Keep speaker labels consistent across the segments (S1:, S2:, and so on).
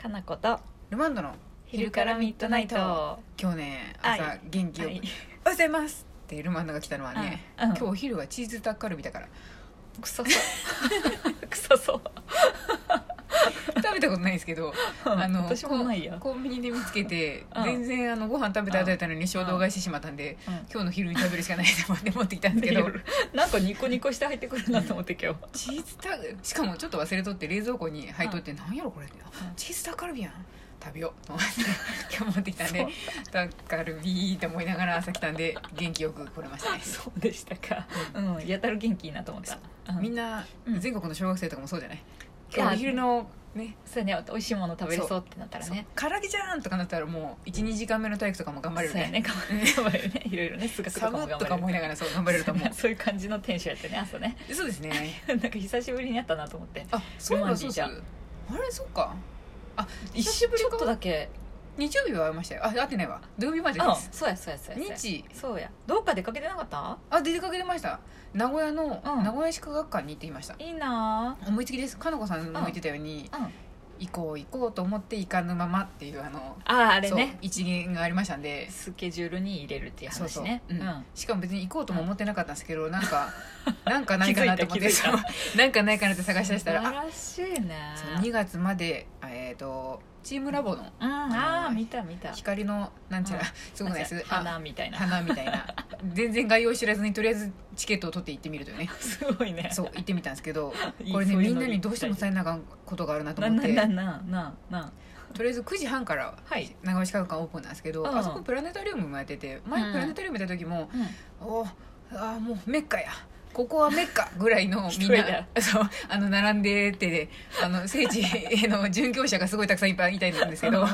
S1: かなこと
S2: ルマンドの
S1: 昼からミッドナイト
S2: 今日ね
S1: は
S2: 朝
S1: い
S2: 元気よく
S1: はい
S2: 「おはようございます」ってルマンドが来たのはね、
S1: うんうん
S2: 今日お昼はチーズタッカルビだから
S1: ク ソそうクソそう
S2: 食べたことないんですけどあ の
S1: 私もないや
S2: コンビニで見つけて、
S1: うん
S2: 全然あのご飯食べてあたりたのに衝動買いしてしまったんで、今日の昼に食べるしかないと思って持ってきたんですけど
S1: 夜なんかニコニコして入ってくるなと思って今日
S2: チーズタしかもちょっと忘れとって冷蔵庫に入っとって「なんやろこれ」って
S1: うん
S2: 「チーズタッカルビやん食べよう」と思って今日持ってきたんで「タッカルビ」と思いながら朝来たんで元気よく来れましたね
S1: そうでしたかうんやたら元気いいなと思ったう
S2: みんな
S1: うん
S2: 全国の小学生とかもそうじゃない
S1: や
S2: 今日お昼のね
S1: そうね美味しいもの食べれそうってなったら
S2: そう
S1: ね
S2: 唐揚げじゃんとかなったらもう12時間目の体育とかも頑張れる
S1: そうや
S2: ね
S1: ね頑張れるねいろいろね数学とか
S2: サ
S1: も
S2: ブ
S1: 頑張れる
S2: とか思いながらそう頑張れると 思
S1: そういう感じのテンションやってね朝ね
S2: うそうですね
S1: なんか久しぶりにやったなと思って
S2: あそう
S1: ルマ
S2: か
S1: ンデ
S2: そう
S1: ィじゃ
S2: か
S1: ん
S2: あれそうかあ
S1: 一
S2: 一週
S1: 瞬ち
S2: ち
S1: ょっ
S2: ょっ
S1: と
S2: と
S1: だ
S2: だ
S1: け
S2: 日曜日は会いましたよあ会ってないわ土曜日までで
S1: あ
S2: す
S1: そうやそうやそうやそうや
S2: 日
S1: そうやどっか出かけてなかった
S2: あ出かけてました名古屋の
S1: うん
S2: 名古屋歯科学館に行っていました
S1: いいな
S2: 思いつきですかのこさんも言ってたように
S1: あうん
S2: 行こう行こうと思って行かぬままっていうあの
S1: あーあれ
S2: そう
S1: ね
S2: 一元がありましたんで
S1: スケジュールに入れるっていう
S2: そう
S1: 話
S2: そう、
S1: ね
S2: うん
S1: うん
S2: しかも別に行こうとも思ってなかったんですけど、な んかなんかないかなと思っ
S1: 気づ
S2: て
S1: いた気づいた
S2: そうなんかないかなって探し出したら
S1: 素
S2: あ
S1: 晴らしいね
S2: そう2月までえっ、とチームラボの
S1: うんああ
S2: うん
S1: 見た見た
S2: 光のなんちゃら、
S1: うん
S2: すごくないですあ
S1: 花みたい な
S2: 花みたいな全然概要知らずにとりあえずチケットを取って行ってみるとい うね
S1: すごいね
S2: そう行ってみたんですけど
S1: いい
S2: これね
S1: そうい
S2: み
S1: うんの
S2: なにどうしても伝えなあかんことがあるなと思っ
S1: なな
S2: て
S1: なななな
S2: とりあえず9時半から
S1: はい
S2: 名古屋市科学館オープンなんですけど、
S1: うん
S2: あそこプラネタリウムもやってて
S1: うん
S2: 前プラネタリウム行った時も、おあーもうメッカやここはメッカぐら いの
S1: 一
S2: み
S1: 人
S2: ん
S1: で
S2: なそうあの並んでてあの聖地への殉教者がすごいたくさんいっぱいいたいんです けど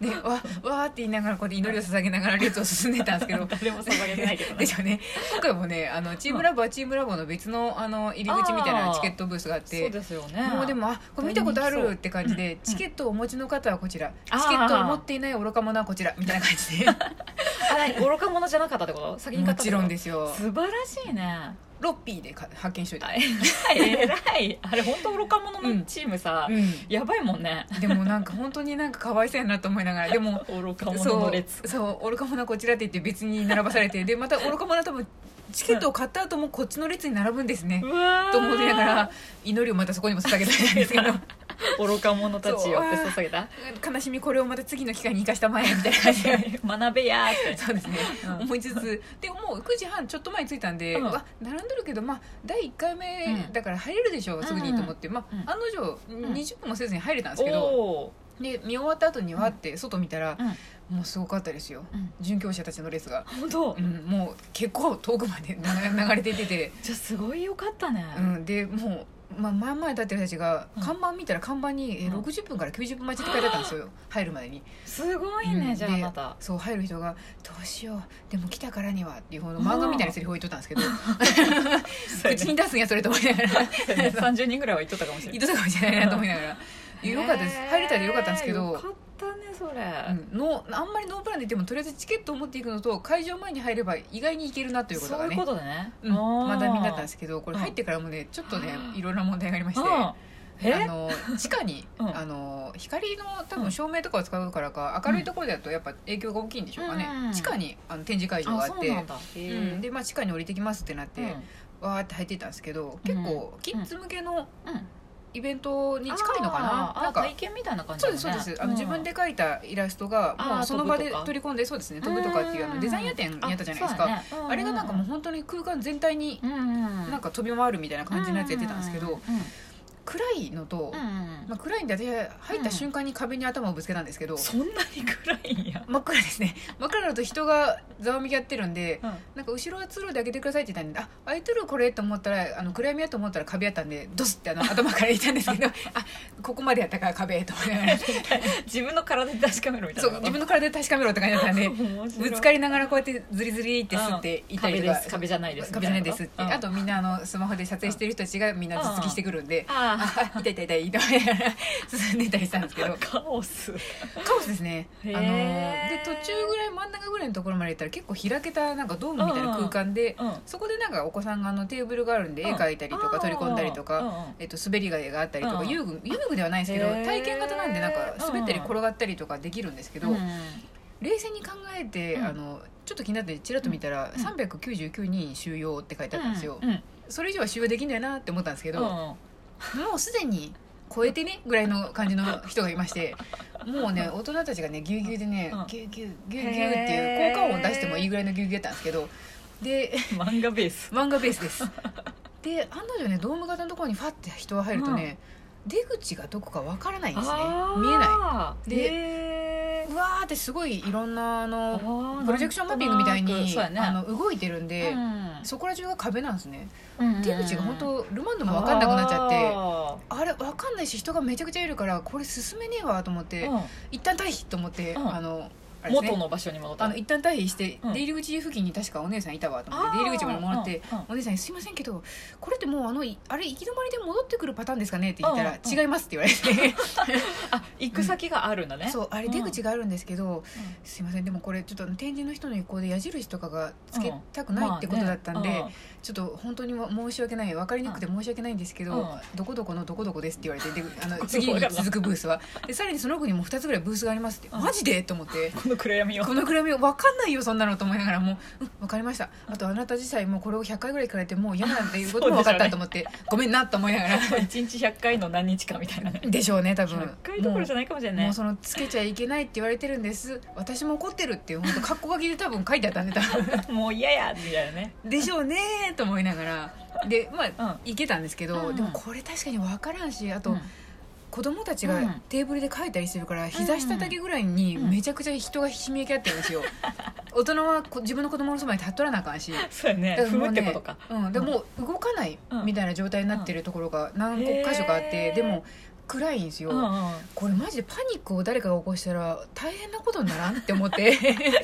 S2: でわわーって言いながらこうやって祈りを捧げながら列を進んでたんで すけど
S1: 誰も騒げてないけどね
S2: でしょうね今回もねあのチームラボはチームラボの別のあの入り口みたい
S1: あ
S2: な
S1: ー
S2: チケットブースがあって
S1: そうですよね
S2: もうでもあこれ見たことあるって感じで、
S1: 大人気そう
S2: チケットをお持ちの方はこちら、
S1: あー
S2: チケットを持っていない愚か者はこちらみたいな感じ で
S1: あ何愚か者じゃなかったってこと先に
S2: も
S1: 買ったっ
S2: ち
S1: てこ
S2: ろ
S1: と
S2: んですよ
S1: 素晴らしいね
S2: ロッピーでか発見しといた、
S1: えらいあれ本当愚か者のチームさ
S2: うん、
S1: やばいもんね
S2: でもなんか本当になんかかわいそうやなと思いながらでも
S1: 愚か者
S2: そ
S1: の
S2: う
S1: 列
S2: そう愚か者はこちらって言って別に並ばされてでまた愚か者は多分チケットを買った後もこっちの列に並ぶんですね
S1: うわー
S2: と思いながら祈りをまたそこにも捧げたいんです けど
S1: 愚か者たちよって捧げた
S2: 悲しみこれをまた次の機会に生かしたまえみたいな感じ で
S1: 学べやーって
S2: そうですね、
S1: うん
S2: 思いつつでもう9時半ちょっと前に着いたんで、
S1: うん
S2: わ並んでるけどまあ第1回目
S1: うん
S2: だから入れるでしょう、すぐにと思って、ま
S1: うん
S2: あ、案の定
S1: ん
S2: 20分もせずに入れたんですけど、
S1: お
S2: で見終わった後にわって外見たら、もうすごかったですよ、
S1: うん
S2: 殉教者たちの列が、
S1: 本当
S2: うん、もう結構遠くまで流流れていてて、
S1: じゃあすごいよかったね
S2: うん、でもう、まあ、前々に立ってる人たちが
S1: うん
S2: 看板見たら看板に、え
S1: うん
S2: 60分から90分待ちって書いてあったんですよ入るまでに
S1: すごいねじゃああ
S2: うんで
S1: なた
S2: そう入る人が「どうしようでも来たからには」っていう方の漫画みたいなセリフを言っとったんですけ ど口に出すんやそれと思いながら
S1: 30人ぐらいは言っとったかもしれ
S2: 言
S1: な
S2: っとったかもしれないなと思いながら。
S1: い
S2: よかったです入れたらよかったんですけ
S1: よ
S2: ど
S1: かったねそれ
S2: うんノーあんまりノープランで行ってもとりあえずチケットを持っていくのと会場前に入れば意外に行けるなということ
S1: そう
S2: が
S1: いう
S2: ね
S1: ことだね
S2: うんまだ見だったんですすけどこ
S1: う
S2: れ
S1: ん
S2: 入ってからもねちょっとねいろんな問題がありましてあ
S1: えあ
S2: の地下に
S1: うん
S2: あの光の多分照明とかを使うからか明るいところだとやっぱ影響が大きいんでしょうかね
S1: うん
S2: 地下にあの展示会場があっ
S1: そう
S2: て
S1: なんだへー
S2: うんでまあ地下に降りてきますってなって
S1: うん
S2: わーって入ってたんですけど結構キッズ向けの
S1: うん
S2: イベントに近いのか
S1: あーあ
S2: な
S1: ー
S2: なんか
S1: 体験みたいな感じ
S2: そ
S1: だね
S2: うですそうです、あ
S1: ん
S2: の自分で描いたイラストが
S1: あー
S2: もうその場
S1: 飛ぶ
S2: で
S1: とか
S2: 取り込んでそうですね飛ぶとかっていうあ
S1: うん
S2: のデザイン屋店やったじゃないですかあ,、
S1: あそうだね
S2: れがなんかもう本当に空間全体に
S1: うんうん
S2: なんか飛び回るみたいな感じのやつやってたんですけど、
S1: うん
S2: 暗いのと、
S1: うん
S2: まあ、暗いんで私入った瞬間に壁に頭をぶつけたんですけど、
S1: そんなに暗いんや
S2: 真っ暗ですね 真っ暗だと人がざわめきやってるんで
S1: うん
S2: なんか後ろは通路で開けてくださいって言ったんで「あ開いてるこれ」と思ったらあの暗闇やと思ったら壁やったんでドスってあの頭からいたんですけど あここまでやったから壁と思い ながら
S1: 自分の体で確かめろみたい
S2: そ
S1: な
S2: う自分の体で確かめろって感じだったんでぶつか
S1: り
S2: りながらこうやってズリズリって吸っていたりと
S1: 壁で
S2: か、
S1: す壁じゃないです
S2: 壁じゃないですって、
S1: みたいな
S2: あとみんなあのスマホで撮影してる人たちがみんな頭突きしてくるんで、
S1: あ
S2: あ痛い痛い痛い痛 いと思いながら進んでたりしたんですけど
S1: あ
S2: カ
S1: カオス
S2: オスですねあ
S1: へー
S2: ので途中ぐらい真ん中ぐらいのところまで行ったら結構開けたなんかドームみたいな空間で、
S1: うん
S2: そこでなんかお子さんがあのテーブルがあるんで絵描いたりとか取り込んだりとか、えっと、滑り台があったりとか、
S1: うん
S2: 遊具遊具ではないんですけど
S1: へー
S2: 体験型なんでなんか滑ったり転がったりとかできるんですけど、冷静に考えて、
S1: うん
S2: あのちょっと気になってちらっと見たら、
S1: うん
S2: 399人収容って書いてあったんですよ、
S1: うんうん
S2: それ以上は収容できないなって思ったんですけ
S1: う
S2: ど、
S1: ん
S2: もうすでに超えてねぐらいの感じの人がいま してもうね大人たちがねぎゅうぎゅうでね
S1: うん
S2: ぎゅうぎゅうぎゅうぎゅうっていう効果音を出してもいいぐらいのぎゅうぎゅうだったんですけどで
S1: 漫画ベース
S2: 漫画ベースですで案の定ねドーム型のところにファッて人が入るとね、出口がどこかわからないんですね見えない
S1: ない
S2: で
S1: で
S2: うわーってすごいいろんなあのプロジェクションマッピングみたいに
S1: そうやね
S2: あの動いてるんで、
S1: うん
S2: そこら中が壁なんですね、
S1: うんうん
S2: 出口が本当ルマンドも分かんなくなっちゃって
S1: あ
S2: あれ分かんないし人がめちゃくちゃいるからこれ進めねえわと思っ
S1: ー
S2: て、
S1: うん
S2: 一旦退避と思って、
S1: うん
S2: あのあれですね
S1: 元の場所に戻った
S2: あの一旦退避して、
S1: うん
S2: 出入り口付近に確かお姉さんいたわと思っ
S1: あ
S2: て
S1: ー
S2: 出入り口までもらって、
S1: うんうん
S2: お姉さんに「すいませんけどこれってもうあのいあれ行き止まりで戻ってくるパターンですかね?」って言ったら
S1: うんう
S2: 「
S1: ん
S2: 違います」って言われて
S1: あ行く先があるんだね
S2: そうあれ
S1: うん
S2: 出口があるんですけど、すいませんでもこれちょっと展示の人の意向で矢印とかがつけたくないってことだったんで、
S1: まあね
S2: ちょっと本当に申し訳ない分かりにくくて申し訳ないんですけど、
S1: うん
S2: どこどこのどこどこですって言わ れてであ
S1: どこどこ
S2: の次に続くブースはでさらにその奥にも2つぐらいブースがありますって、
S1: うん
S2: マジでと思っ
S1: う
S2: て
S1: ん。この暗闇を
S2: このくらみ分かんないよそんなのと思いながらもう、うん、分かりましたあとあなた自体もうこれを100回ぐらい聞かれてもう嫌なんていうことも分かったと思って、ごめんなと思い ながら
S1: 一日100回の何日かみたいなね
S2: でしょうね多分
S1: 100回どころじゃないかもしれ
S2: もう
S1: な
S2: も
S1: いう
S2: そのつけちゃいけないって言われてるんです私も怒ってるっていう本当格好書きで多分書いてあったんで多分
S1: もう嫌やみたいなね
S2: でしょうねーと思いながらでまあ、
S1: うん
S2: 行けたんですけど、
S1: うん
S2: でもこれ確かに分からんしあと、
S1: うん
S2: 子供たち
S1: う
S2: が
S1: ん
S2: テーブルで書いたりしてるから、膝下だけぐらいに
S1: うん
S2: めちゃくちゃ人がひしめき合ってるんで すよ大人はこ自分の子供のそばに立っとらなあかんし
S1: そうやね
S2: だから
S1: 踏
S2: も
S1: む
S2: う
S1: っ
S2: ね
S1: てことか
S2: うん、でもう動かないみたいな状態になってるところが何個か所かあって、
S1: うん
S2: でも暗いんですよ、
S1: うんうん
S2: これマジでパニックを誰かが起こしたら大変なことにならんって思って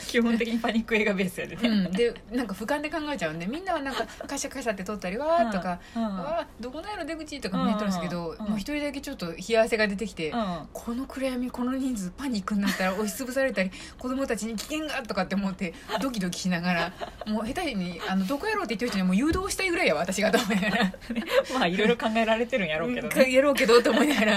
S1: 基本的にパニック映画ベースやで
S2: う
S1: ね
S2: ん、 でなんか俯瞰で考えちゃうんでみんなはなんかカシャカシャって撮ったりわーとか、
S1: うんうん
S2: わーどこなんやろ出口とか見えとるんですけ
S1: う
S2: ど、
S1: んうん
S2: もう一人だけちょっと冷や汗が出てきて、
S1: うん
S2: この暗闇この人数パニックになったら押しつぶされたり子供たちに危険がとかって思ってドキドキしながらもう下手にあのどこやろうって言ってる人にはもう誘導したいぐらいやわ私がと思いながら
S1: まあいろいろ考えられてるんやろうけど
S2: うん
S1: ね
S2: やろうけどと思いながら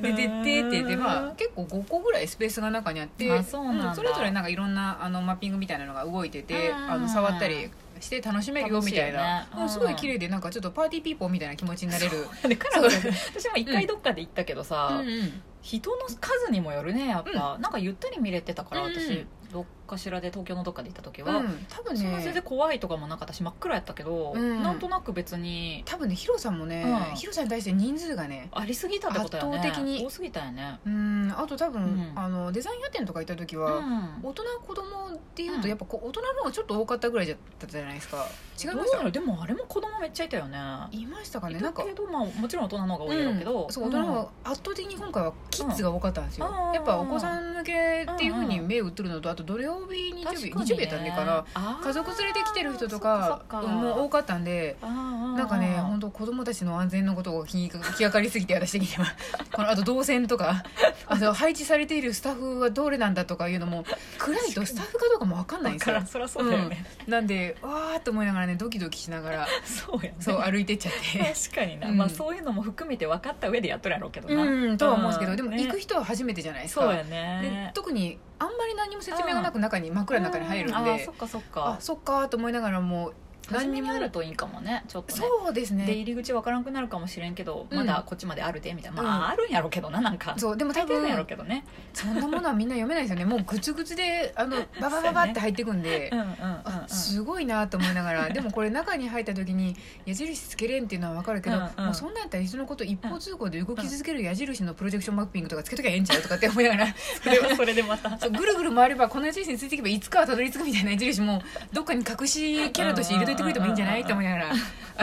S2: で出てってってで
S1: うん
S2: まあ結構5個ぐらいスペースが中にあって
S1: あそうなんだ
S2: それぞれなんかいろんなあのマッピングみたいなのが動いてて
S1: うん
S2: あの触ったりして楽しめるよみたいな
S1: 楽しいよね
S2: うんすごい
S1: うん
S2: 綺麗でなんかちょっとパーティーピーポーみたいな気持ちになれる。
S1: で彼女私も一回どっかで行ったけど
S2: うん
S1: さ
S2: うん
S1: 人の数にもよるねやっぱ、なんかゆったり見れてたから
S2: うんうん
S1: 私、どっかしらで東京のどっかで行った時
S2: う
S1: は、
S2: ん、多分
S1: そんな全
S2: ね
S1: 然怖いとかもなかったし真っ暗やったけど、
S2: うん
S1: なんとなく別に
S2: 多分ね広さもね、
S1: うん
S2: 広さに対して人数がね
S1: ありすぎたってことやね
S2: 圧倒的に
S1: 多すぎたよね
S2: うんあと多分、
S1: うん
S2: あのデザイン屋店とか行った時
S1: う
S2: は、
S1: ん
S2: 大人子供っていう
S1: う
S2: と
S1: ん
S2: やっぱこう大人の方がちょっと多かったぐらいだったじゃないですか違い
S1: ど
S2: ま
S1: う
S2: した
S1: やろうでもあれも子供めっちゃいたよね
S2: いましたか
S1: い
S2: ねな
S1: た
S2: んか
S1: けど、まあ、もちろん大人の方が多いやろうけど、
S2: うんそう大人は圧倒的に今回はキッズが多かったんですよ、
S1: うん
S2: やっぱお子さん向けっていうふうに
S1: うん
S2: 目打ってるのとあと土曜日日曜
S1: 確
S2: 日、
S1: かにね
S2: 日曜日やったんでから
S1: あー
S2: 家族連れてきてる人とか
S1: そっそっ
S2: うんもう多かったんで
S1: あーあー
S2: なんかね
S1: あー
S2: 本当子供たちの安全のことを気にか気がかりすぎて私的には このあと動線とかあと配置されているスタッフはどれなんだとかいうのも暗いとスタッフかどうかも分かんないん
S1: だ
S2: です
S1: か
S2: よ
S1: らそりゃそうだよね、
S2: なんでわーっと思いながらねドキドキしながら
S1: そうやね
S2: そう歩いてっち ゃって
S1: 確かにな、
S2: うん
S1: まあそういうのも含めて分かった上でやっとるやろうけどな、
S2: うんとは思うんですけどでも
S1: ね
S2: 行く人は初めてじゃないです
S1: そう
S2: か
S1: や
S2: で
S1: ね
S2: 特にあんまり何も説明がなく中に真っ暗な中に入るんで
S1: うあーそ
S2: あ
S1: っかそっか
S2: そっかと思いながらもう
S1: 何
S2: 何
S1: に
S2: に
S1: も
S2: も
S1: あるといいかもねちょっとね
S2: そうです
S1: で
S2: ね
S1: 入り口わからんくなるかもしれんけど、
S2: うん
S1: まだこっちまであるでみたいなまあ、
S2: うん
S1: あるんやろうけどななんか
S2: そうでも多
S1: 大抵
S2: 分
S1: なんやろうけどね
S2: そんなものはみんな読めないですよねもうグツグツであ のババババって入ってくんで
S1: うんうんうんうん
S2: あすごいなと思いながらでもこれ中に入った時に矢印つけれんっていうのは分かるけど
S1: うんうん
S2: もうそんなんやったらいっそのこと一方通行で動き続ける矢印のプロジェクションマッピングとかつけときゃええんちゃうとかって思いながら
S1: それはそれでまた
S2: そうぐるぐる回ればこの矢印についていけばいつかはたどり着くみたいな矢印もどっかに隠しキャラとして入れといてくれてもいいんじゃないと思いながら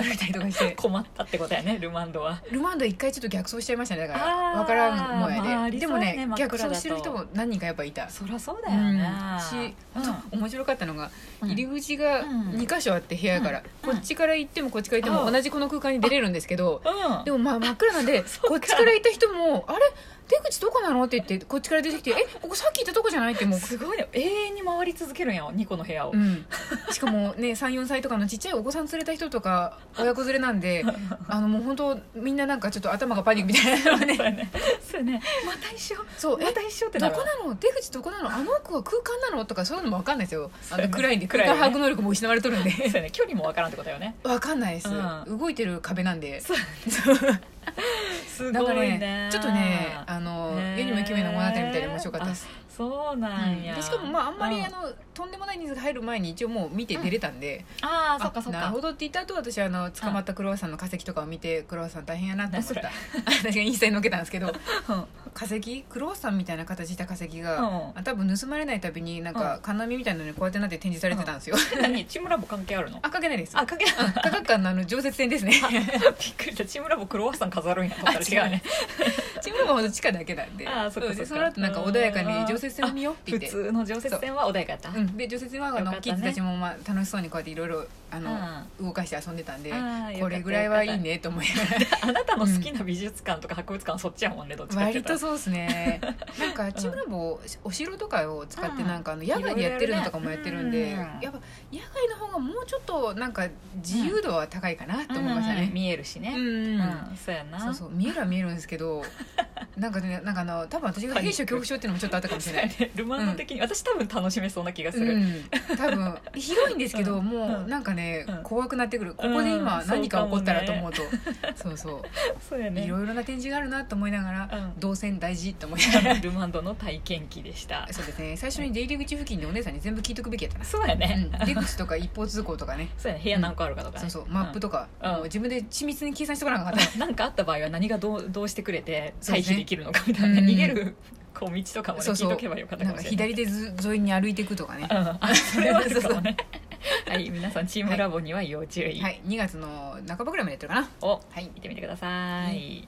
S2: 歩いたりとかし て
S1: 困ったってことやねルマンドは
S2: ルマンド一回ちょっと逆走しちゃいましたねだか
S1: あー
S2: ら分からんもんやで、
S1: まああり
S2: で
S1: そう
S2: も
S1: やね
S2: ね
S1: 真っ暗だ
S2: 逆
S1: と
S2: 走してる人も何人かやっぱいた
S1: そりゃそう
S2: う
S1: だよ
S2: ん
S1: ね、
S2: し
S1: うん
S2: あと面白かったのが
S1: うん
S2: 入り口が
S1: うん
S2: 2箇所あって部屋から、
S1: うん
S2: こっちから行ってもこっちから行って
S1: う
S2: も
S1: ん
S2: 同じこの空間に出れるんですけど
S1: うん
S2: でもまあ真っ暗なん で
S1: そっか
S2: こっちから行った人もあれ出口どこなの?」って言ってこっちから出てきて「えここさっき行ったとこじゃない?」ってもう
S1: すごいね永遠に回り続けるんや2個の部屋を、
S2: うん、 しかもね34歳とかのちっちゃいお子さん連れた人とか親子連れな んであのもう本当みんななんかちょっと頭がパニックみたいなのが
S1: そう や
S2: ね
S1: ねそうやねまた一緒
S2: そう
S1: ま
S2: え
S1: た一緒ってな
S2: ど
S1: る
S2: こなの出口どこなのあの奥は空間なのとかそういうのも分かんないですよ
S1: そ
S2: あ
S1: うや
S2: の
S1: ね
S2: 暗いんで
S1: 暗
S2: 空
S1: いよ
S2: 間
S1: ね
S2: 把握能力も失われとるん で
S1: そうやね距離もわからんってことよね
S2: 分かんないです、
S1: う
S2: 動いてる壁なんで
S1: そうす
S2: なん
S1: ご
S2: か
S1: いね
S2: ねちょっとねあの
S1: ね
S2: 世にも奇妙な物語みたいで面白かったです、
S1: そう
S2: う
S1: なん
S2: ん
S1: や、
S2: でしかもまああんまり、
S1: う
S2: あのとんでもない人数が入る前に一応もう見て出れたんで、
S1: あーそっか
S2: あ
S1: そっ
S2: なる
S1: か
S2: ほどって言った後私あの捕まったクロワッサンの化石とかを見てクロワッサン大変やなと思った 私がインスタに載っけたんですけど
S1: うん
S2: 化石クロワッサンみたいな形した化石が、
S1: うん
S2: あ多分盗まれないたびになんか金網みたいなのにこうやってなって展示されてたんですよ、
S1: 何チームラボ関係あるの
S2: あかけないです
S1: あ関係ない
S2: 科学館のあの常設展ですね
S1: びっくりしたチームラボクロワッサン飾るんやと思ったら
S2: あ
S1: 違うね
S2: チームもほど地下だけなんで
S1: あーそっかそっか
S2: でその後なんか穏やかに常設展を見ようって言
S1: 普
S2: って
S1: 通の常設線は穏やかやった
S2: うん、で除雪ワーガー
S1: よか
S2: の
S1: った
S2: キ
S1: ね
S2: ッズたちも、まあ、楽しそうにこうやっていろいろあの、動かして遊んでたんで
S1: あー
S2: これぐらいはいいねと思いながら
S1: あなたの好きな美術館とか博物館はそっちやもんねどっちかってい
S2: 割
S1: うと
S2: とそうですね なんかチームラボお城とかを使ってなんかあの野外でやってるのとかもやってるんで
S1: いろいろやるねうん
S2: やっぱ野外の方がもうちょっとなんか自由度は高いかなと思いました
S1: うんうん
S2: ね
S1: 見えるし
S2: う
S1: ね
S2: ん
S1: うんそうやな
S2: そうそう見えるは見えるんです けどなんかねなんかあの多分私が兵所恐怖症っていうのもちょっとあったかもし
S1: そう
S2: れ な
S1: や
S2: い
S1: ねルマンド的に、私多分楽しめそうな気がす
S2: う
S1: る、
S2: ん、多分広いんですけど、
S1: うん
S2: もうなんかね、
S1: うん
S2: 怖くなってくるここで今
S1: うん
S2: 何か起こったらと
S1: そうか
S2: 思
S1: も
S2: うと、そうそ
S1: そうや
S2: う、
S1: ね
S2: いろいろな展示があるなと思いながら、
S1: うん
S2: 動線大事と思いなが ら
S1: ルマンドの体験記でした
S2: そうですね最初に出入り口付近でお姉さんに全部聞いとくべきや ったな、
S1: そうやね、
S2: うん、出口とか一方通行とかね
S1: そうやね部屋何個あるかとか、ね
S2: そうそうマップとか、
S1: うん
S2: もう自分で緻密に計算しとかなかっ た
S1: なんかあった場合は何がどうどうしてくれて
S2: そう
S1: 回
S2: ですね
S1: 避できるのかみたいな、
S2: うん
S1: 逃げるこう道とかも、ね、
S2: そうそう
S1: 聞いとけばよかった
S2: な
S1: か
S2: ん
S1: も
S2: か
S1: しれない
S2: 左手ず沿いに歩いていくとかね、
S1: うんあそれはあるかも ねはい皆さんチームラボには要注意、
S2: はい2月の半ばぐらいまでやってるかな
S1: を
S2: はい
S1: 見てみてください